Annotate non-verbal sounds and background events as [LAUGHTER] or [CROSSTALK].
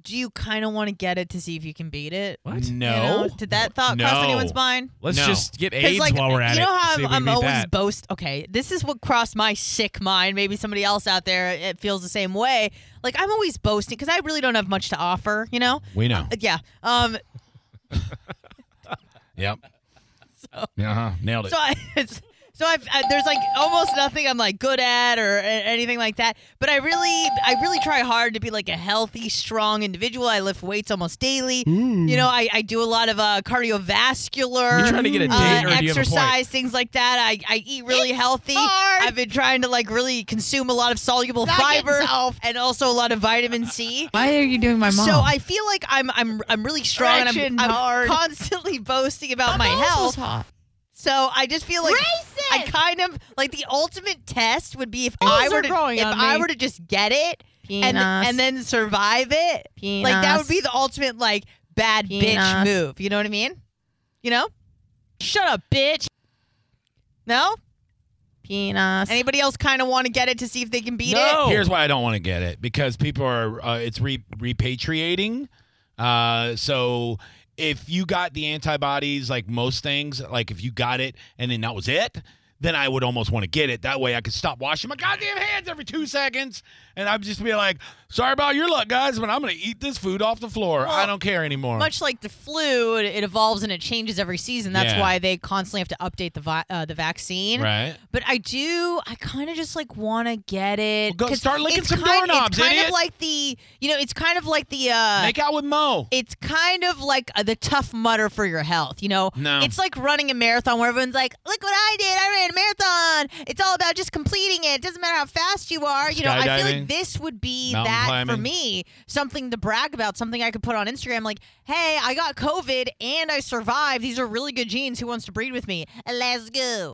do you kind of want to get it to see if you can beat it? What? You No. know, did that thought cross No. anyone's mind? Let's No. just get 'Cause, AIDS like, while we're at you it. know how see if I'm, we can I'm beat always that. boast. Okay, this is what crossed my sick mind. Maybe somebody else out there it feels the same way. Like I'm always boasting because I really don't have much to offer. You know? We know. Yeah. Um. Yep. uh-huh. Nailed it. So I, [LAUGHS] it's, so I've, I, there's like almost nothing I'm like good at or a- anything like that. But I really, I really try hard to be like a healthy, strong individual. I lift weights almost daily. You know, I, I do a lot of uh, cardiovascular. You Mm. trying to get a uh, date or do you have a point? exercise, things like that. I, I eat really healthy. I've been trying to like really consume a lot of soluble fiber and also a lot of vitamin C. Why are you doing my mom? So I feel like I'm I'm I'm really strong and I'm, Stretching I'm hard. constantly [LAUGHS] boasting about my health. So I just feel like I kind of like the ultimate test would be if I Balls were are to growing if on I me. were to just get it and Penis. and then survive it. Like that would be the ultimate like bad bitch Penis. move. You know what I mean? You know? Shut up, bitch. No? penis. Anybody else kind of want to get it to see if they can beat No. it? Here's why I don't want to get it because people are uh, it's re- repatriating. Uh, so if you got the antibodies, like most things, like if you got it and then that was it, then I would almost want to get it. That way I could stop washing my goddamn hands every two seconds, and I'd just be like, "Sorry about your luck, guys, but I'm gonna eat this food off the floor. I Well, don't care anymore." Much like the flu, it- it evolves and it changes every season. That's Yeah. why they constantly have to update the vi- uh, the vaccine. right? But I do, I kind of just like want to get it. Well, go 'cause start licking it's some kind, doorknobs, It's kind idiot. of like the, you know, it's kind of like the, uh, Make out with Mo. it's kind of like uh, the tough mutter for your health, you know? No. It's like running a marathon where everyone's like, look what I did. I ran a marathon. It's all about just completing it. It doesn't matter how fast you are. You know, I feel Skydiving. like this would be Mountain that for climbing. me. Something to brag about, something I could put on Instagram like, hey, I got COVID and I survived. These are really good genes. Who wants to breed with me? Let's go.